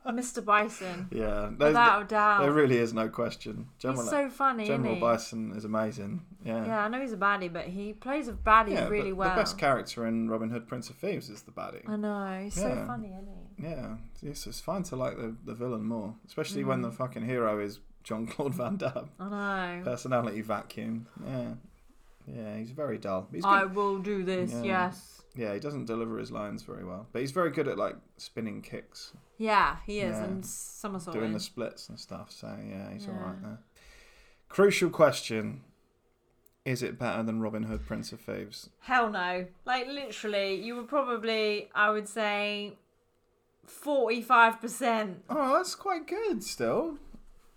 Mr. Oh! Bison.
Yeah, there's-
Without
there
a doubt.
really is no question. General,
He's so funny,
General
isn't he?
Bison is amazing. Yeah.
Yeah, I know he's a baddie, but he plays a baddie
Yeah,
really
but
well.
The best character in Robin Hood, Prince of Thieves, is the baddie.
I know he's so
Yeah.
funny, isn't he?
Yeah, it's, it's fine to like the, the villain more, especially when
Mm.
the fucking hero is John Claude Van Damme.
I know.
Personality vacuum. Yeah, yeah, he's very dull. He's
I
good.
will do this.
Yeah.
Yes.
Yeah, he doesn't deliver his lines very well, but he's very good at like spinning kicks,
Yeah, he is,
Yeah.
and somersaulting.
doing the splits and stuff. So yeah, he's all
Yeah.
right there. Crucial question: Is it better than Robin Hood, Prince of Thieves?
Hell no! Like literally, you were probably, I would say, forty-five percent.
Oh, that's quite good still.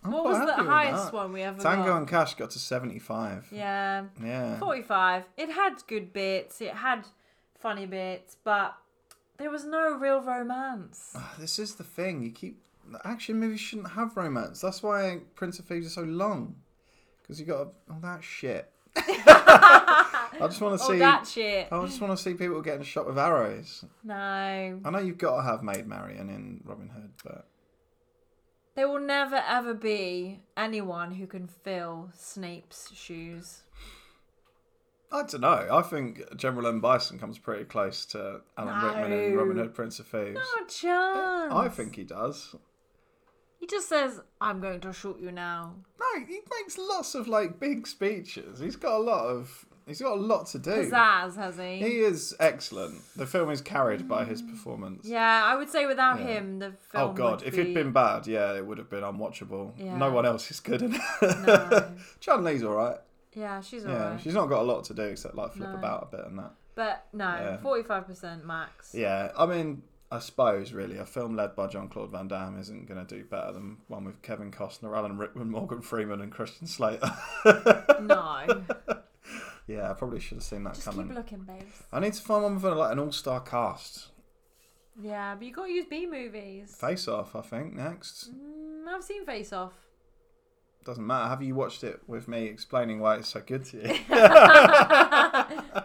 I'm
What
quite
was the
happy with
highest
that.
one we ever
Tango
got?
and Cash got to seventy-five.
Yeah,
Yeah.
forty-five. It had good bits. It had funny bits, but there was no real romance.
This is the thing. You keep action movies shouldn't have romance. That's why Prince of Thieves is so long, because you got all that shit. I just want to
All
see.
Oh, that shit.
I just want to see people getting shot with arrows.
No.
I know you've got to have Maid Marian in Robin Hood, but
There will never ever be anyone who can fill Snape's shoes.
I don't know. I think General M. Bison comes pretty close to Alan Rickman in
No.
Robin Hood, Prince of Thieves.
No chance.
I think he does.
he just says, "I'm going to shoot you now."
No, he makes lots of like big speeches. He's got a lot of. He's got a lot to do.
Pizzazz, has he?
He is excellent. The film is carried by his performance.
Mm. Yeah, I would say without him, the film.
Oh god,
would
if
be...
he'd been bad, yeah, it would have been unwatchable.
Yeah.
No one else is good in it.
No.
John Lee's all right.
Yeah, she's
Yeah,
alright.
she's not got a lot to do except like flip
No.
about a bit and that.
But
Yeah.
no, forty-five percent max.
Yeah, I mean, I suppose really a film led by John Claude Van Damme isn't going to do better than one with Kevin Costner, Alan Rickman, Morgan Freeman, and Christian Slater.
No,
yeah, I probably should have seen that
just
coming.
keep looking, babes.
I need to find one with like an all-star cast.
Yeah, but you got to use B movies.
Face Off, I think next.
Mm, I've seen Face Off.
Doesn't matter. Have you watched it with me explaining why it's so good to you?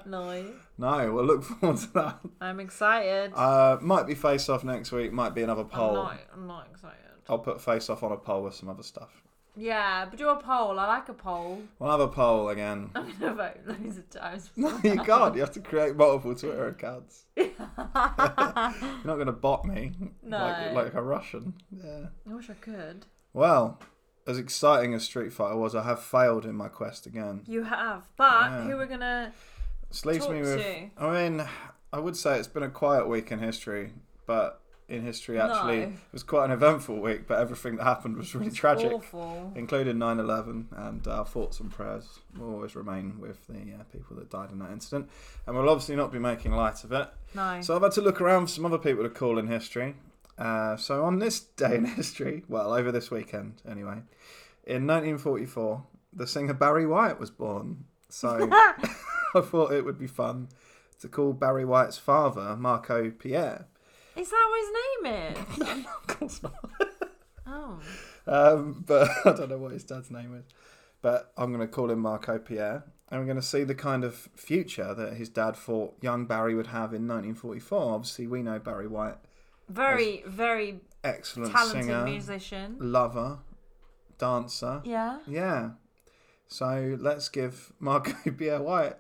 No,
no, we'll look forward to that.
I'm excited.
Uh, might be Face Off next week. Might be another
I'm
poll.
not, I'm not excited.
I'll put Face Off on a poll with some other stuff.
Yeah, but do a poll. I like a poll.
We'll have a poll again.
I'm gonna vote loads of times.
No, you can't. You have to create multiple Twitter accounts. You're not going to bot me like,
No.
like a Russian. Yeah.
I wish I could.
Well, as exciting as Street Fighter was, I have failed in my quest again.
You have, but
Yeah.
who we're gonna?
This leaves me
Talk
with.
to.
I mean, I would say it's been a quiet week in history, but in history, actually,
No.
it was quite an eventful week, but everything that happened was really tragic.
Awful.
Including 9 11, and our thoughts and prayers will always remain with the uh, people that died in that incident. And we'll obviously not be making light of it.
No.
So I've had to look around for some other people to call in history. Uh, so on this day in history, well, over this weekend anyway, in 1944, the singer Barry White was born. So I thought it would be fun to call Barry White's father, Marco Pierre.
Is that what his name is?
Of course not.
oh,
Um, but I don't know what his dad's name is. But I'm going to call him Marco Pierre. And we're going to see the kind of future that his dad thought young Barry would have in 1944. Obviously, we know Barry White,
very, very
excellent
talented
singer.
musician.
lover, dancer. Yeah.
Yeah.
So let's give Marco Pierre White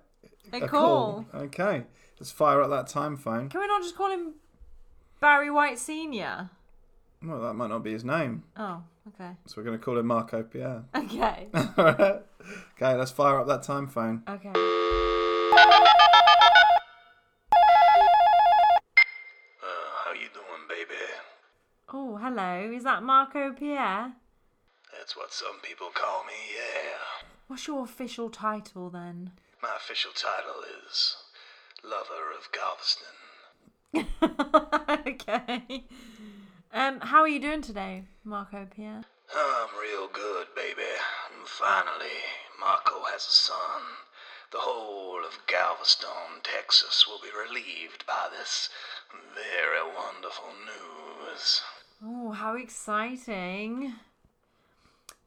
A,
a
call.
call. Okay. Let's fire up that time phone.
Can we not just call him Barry White Senior?
Well, that might not be his name.
Oh, okay.
So we're going to call him Marco Pierre.
Okay.
All right. Okay, let's fire up that time phone.
okay.
Uh, how you doing, baby?
Oh, hello. Is that Marco Pierre?
That's what some people call me, yeah.
What's your official title then?
My official title is Lover of Galveston.
okay. Um, how are you doing today, Marco Pierre?
I'm real good, baby. And finally, Marco has a son. The whole of Galveston, Texas will be relieved by this very wonderful news.
Oh, how exciting!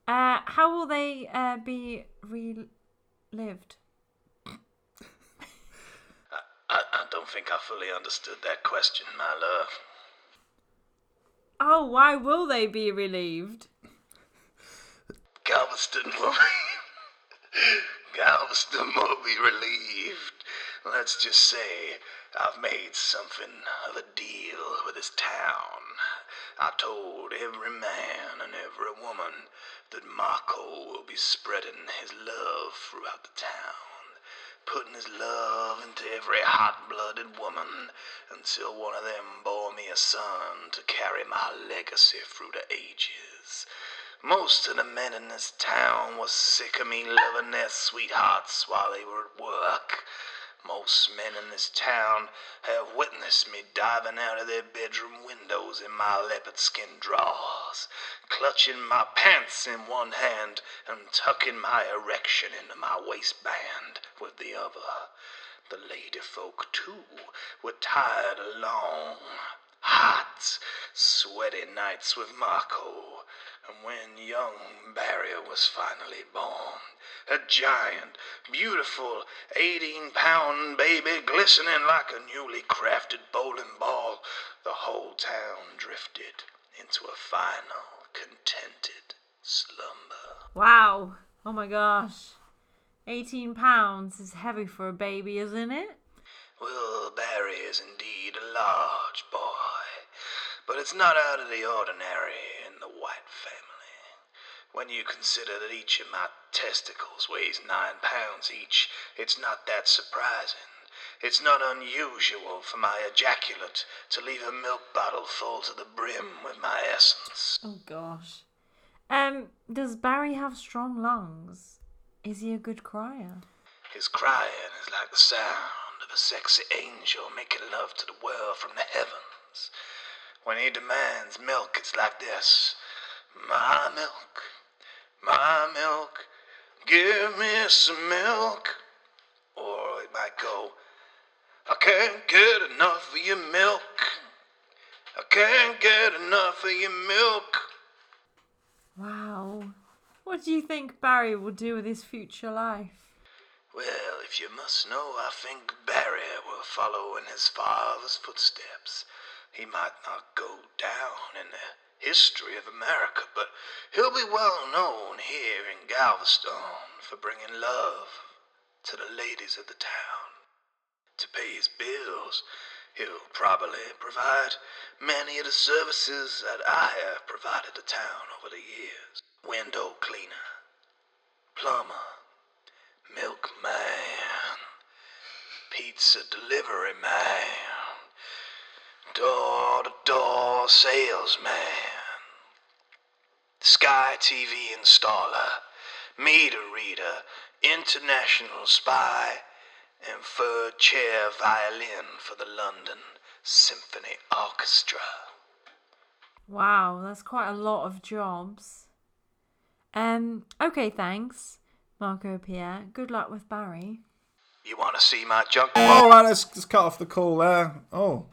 Uh, how will they uh, be relived?
I, I don't think I fully understood that question, my love.
Oh, why will they be relieved?
Galveston will be Galveston will be relieved. Let's just say I've made something of a deal with this town. I told every man and every woman that Marco will be spreading his love throughout the town, putting his love into every hot blooded woman until one of them bore me a son to carry my legacy through the ages. Most of the men in this town was sick of me loving their sweethearts while they were at work. Most men in this town have witnessed me diving out of their bedroom windows in my leopard skin drawers, clutching my pants in one hand and tucking my erection into my waistband with the other. The lady folk, too, were tired of long, hot, sweaty nights with Marco. And when young Barrier was finally born, a giant, beautiful, 18 pound baby glistening like a newly crafted bowling ball, the whole town drifted into a final, contented slumber.
Wow. Oh my gosh. 18 pounds is heavy for a baby, isn't it?
Will Barry is indeed a large boy, but it's not out of the ordinary in the White family. When you consider that each of my testicles weighs nine pounds each, it's not that surprising. It's not unusual for my ejaculate to leave a milk bottle full to the brim with my essence.
Oh gosh. Um, does Barry have strong lungs? Is he a good crier?
His crying is like the sound of a sexy angel making love to the world from the heavens. When he demands milk, it's like this My milk, my milk, give me some milk. Or it might go, I can't get enough of your milk. I can't get enough of your milk.
Wow. What do you think Barry will do with his future life?
Well, if you must know, I think Barry will follow in his father's footsteps. He might not go down in the history of America, but he'll be well known here in Galveston for bringing love to the ladies of the town. To pay his bills, he'll probably provide many of the services that I have provided the town over the years window cleaner, plumber, milkman, pizza delivery man, door to door salesman, Sky TV installer, meter reader, international spy, and third chair violin for the London Symphony Orchestra.
Wow, that's quite a lot of jobs. Um, okay, thanks, Marco Pierre. Good luck with Barry.
You want to see my junk?
All right, let's just cut off the call there. Oh,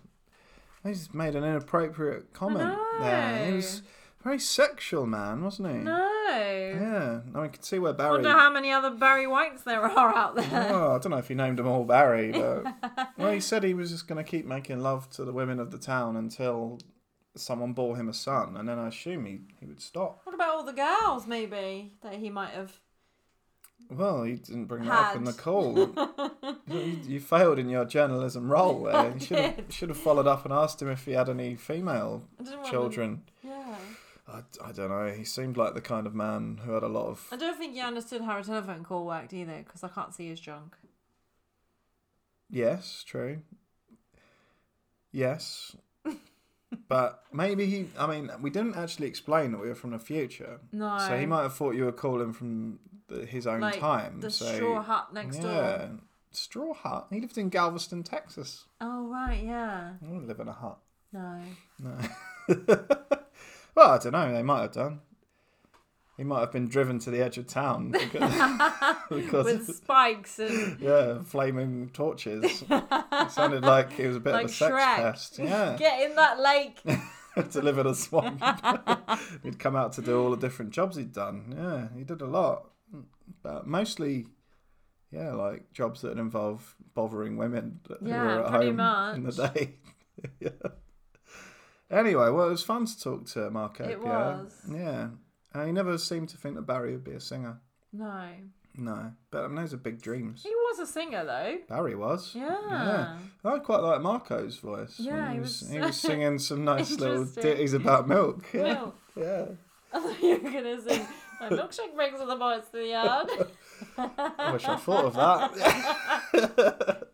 he just made an inappropriate comment
Oh,
there. He
know.
was very sexual, man, wasn't he?
No. I
Yeah, I mean, I can see where Barry.
wonder how many other Barry Whites there are out there.
Oh, I don't know if he named them all Barry, but well, he said he was just going to keep making love to the women of the town until someone bore him a son, and then I assume he, he would stop.
What about all the girls, maybe, that he might have?
Well, he didn't bring that up in the
Had.
call. you, you failed in your journalism role there. You should have
did.
should have followed up and asked him if he had any female
didn't want to-
children.
Yeah.
I, I don't know. He seemed like the kind of man who had a lot of.
I don't think he understood how a telephone call worked either, because I can't see his junk.
Yes, true. Yes. but maybe he. I mean, we didn't actually explain that we were from the future.
No.
So he might have thought you were calling from the, his own
Like
time.
the
so,
straw hut
yeah.
next door.
Straw hut? He lived in Galveston, Texas.
Oh right, yeah.
I wouldn't live in a hut.
No.
No. well, I don't know. They might have done. He might have been driven to the edge of town because, because
With spikes and
yeah, flaming torches. it sounded like he was a bit
Like
of a sex
Shrek.
pest. Yeah,
get in that lake.
to live in a swamp. he'd come out to do all the different jobs he'd done. Yeah, he did a lot, but mostly, yeah, like jobs that involve bothering women who
Yeah,
were at
pretty
home in the
much.
day. yeah. Anyway, well, it was fun to talk to Marco. Pierre.
It was.
Yeah, and he never seemed to think that Barry would be a singer.
No.
No, but I mean, those are big dreams.
He was a singer though.
Barry was.
Yeah.
I quite like Marco's voice.
Yeah,
when he
he
was,
was-
he was singing some nice little
Interesting.
ditties about milk. Yeah.
Milk.
Yeah.
I thought you were gonna sing my milkshake brings all the boys to the yard.
I wish I thought of that.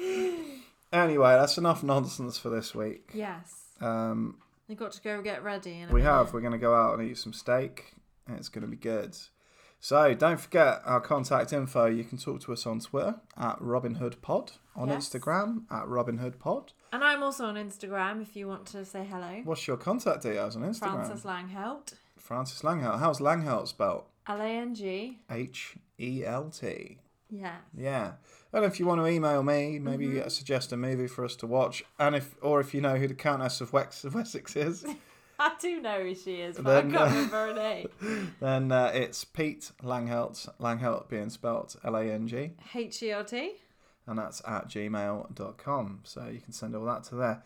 anyway, that's enough nonsense for this week.
yes.
Um,
They got to go get ready and
we have. We're going to go out and eat some steak, and it's going to be good. So don't forget our contact info. You can talk to us on Twitter at RobinhoodPod, on
Yes.
Instagram at RobinhoodPod.
And I'm also on Instagram if you want to say hello.
What's your contact details on Instagram?
Francis Langhelt.
Francis Langhelt. How's Langhelt spelled?
L A N G.
H E L T.
Yeah.
Yeah. And if you want to email me, maybe suggest a movie for us to watch, and if or if you know who the Countess of Wex- Wessex is,
I do know who she is, but
Then,
I can't
uh,
remember her name.
Then uh, it's Pete Langhelt, Langhelt being spelt L A N G,
H E L T.
and that's at gmail.com. So you can send all that to there.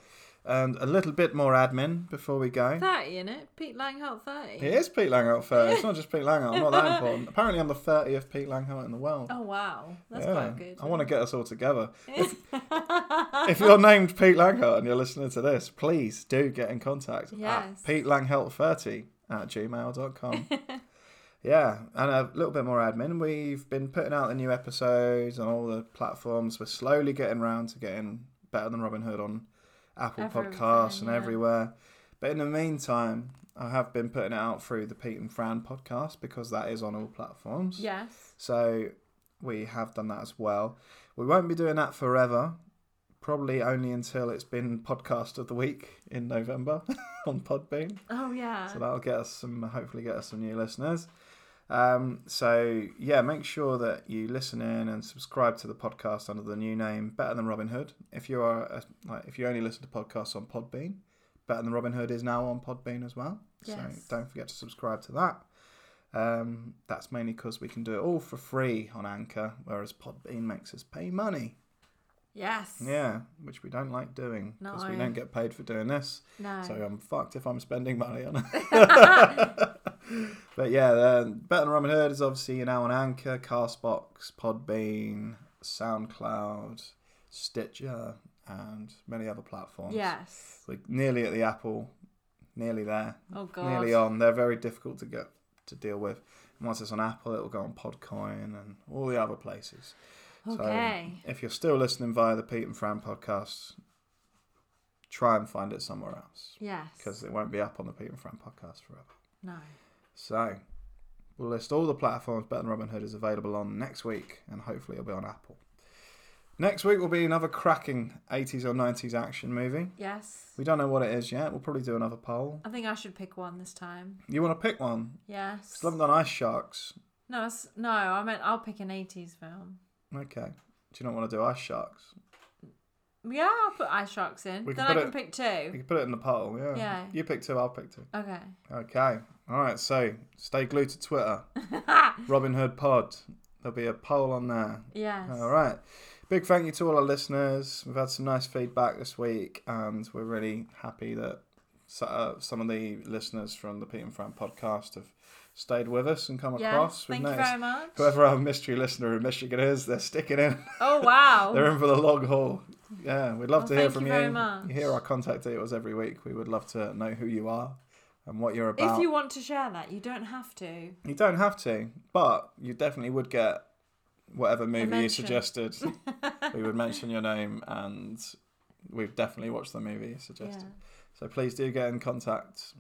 And a little bit more admin before we go.
Thirty in it. Pete Langhart thirty.
It is Pete Langhart fair. It's not just Pete Langhart. I'm not that important. Apparently, I'm the 30th Pete Langhart in the world.
Oh wow, that's quite good.
I want to get us all together. If, if you're named Pete Langhart and you're listening to this, please do get in contact
Yes.
at petelanghelt30 at gmail.com. yeah, and a little bit more admin. We've been putting out the new episodes on all the platforms. We're slowly getting round to getting Better Than Robin Hood on Apple
Everything,
Podcasts and
yeah.
everywhere. But in the meantime, I have been putting it out through the Pete and Fran podcast because that is on all platforms.
Yes.
So we have done that as well. We won't be doing that forever. Probably only until it's been podcast of the week in November on Podbean.
Oh yeah.
So that'll get us some, hopefully, get us some new listeners. Um, so yeah, make sure that you listen in and subscribe to the podcast under the new name Better Than Robin Hood. If you are a, like, if you only listen to podcasts on Podbean, Better Than Robin Hood is now on Podbean as well.
Yes.
So don't forget to subscribe to that. Um, that's mainly because we can do it all for free on Anchor, whereas Podbean makes us pay money.
yes.
Yeah, which we don't like doing because we
No.
don't get paid for doing this.
No.
So uh, I'm fucked if I'm spending money on it. but yeah, then Better Than Robin Hood is obviously now on Anchor, Castbox, Podbean, SoundCloud, Stitcher, and many other platforms.
Yes.
We're nearly at the Apple, nearly there,
Oh god.
nearly on. They're very difficult to get to deal with. And once it's on Apple, it'll go on Podcoin and all the other places.
Okay.
So if you're still listening via the Pete and Fran podcast, try and find it somewhere else
yes.
because it won't be up on the Peter and Fran podcast forever.
No.
So we'll list all the platforms Better Than Robin Hood is available on next week, and hopefully it'll be on Apple. Next week will be another cracking 80s or 90s action movie.
Yes.
We don't know what it is yet. We'll probably do another poll.
I think I should pick one this time.
You want to pick one?
Yes.
Still haven't done Ice Sharks.
No, it's, no, I meant I'll pick an 80s film.
Okay. Do you not want to do Ice Sharks?
Yeah, I'll put Ice Sharks in.
We
Then I
can
can
put
pick
You
two.
can put it in the poll, yeah.
Yeah.
You pick two, I'll pick two.
Okay.
Okay. All right. So stay glued to Twitter. Robin Hood Pod. There'll be a poll on there.
Yes.
All right. Big thank you to all our listeners. We've had some nice feedback this week, and we're really happy that so- uh, some of the listeners from the Pete and Fran podcast have stayed with us and come
Yes,
across. We've
thank you
noticed
very much.
Whoever our mystery listener in Michigan is, they're sticking in.
Oh, wow.
they're in for the long haul. Yeah, we'd love
Well,
to hear
thank
from
you
you.
very much.
You hear our contact details every week. We would love to know who you are and what you're about.
if you want to share that, you don't have to.
You don't have to, but you definitely would get whatever movie you
mention.
suggested. we would mention your name, and we've definitely watched the movie you suggested.
Yeah.
So please do get in contact.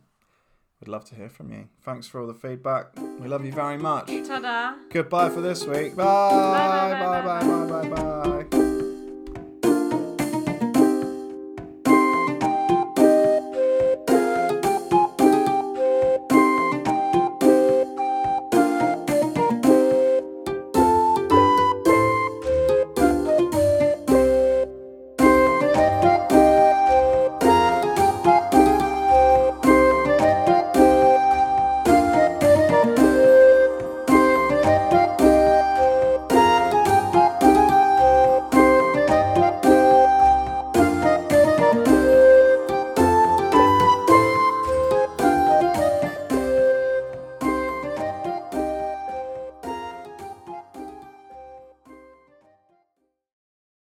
We'd love to hear from you. Thanks for all the feedback. We love you very much.
Ta da.
Goodbye for this week.
bye,
bye, bye, bye, bye, bye. bye.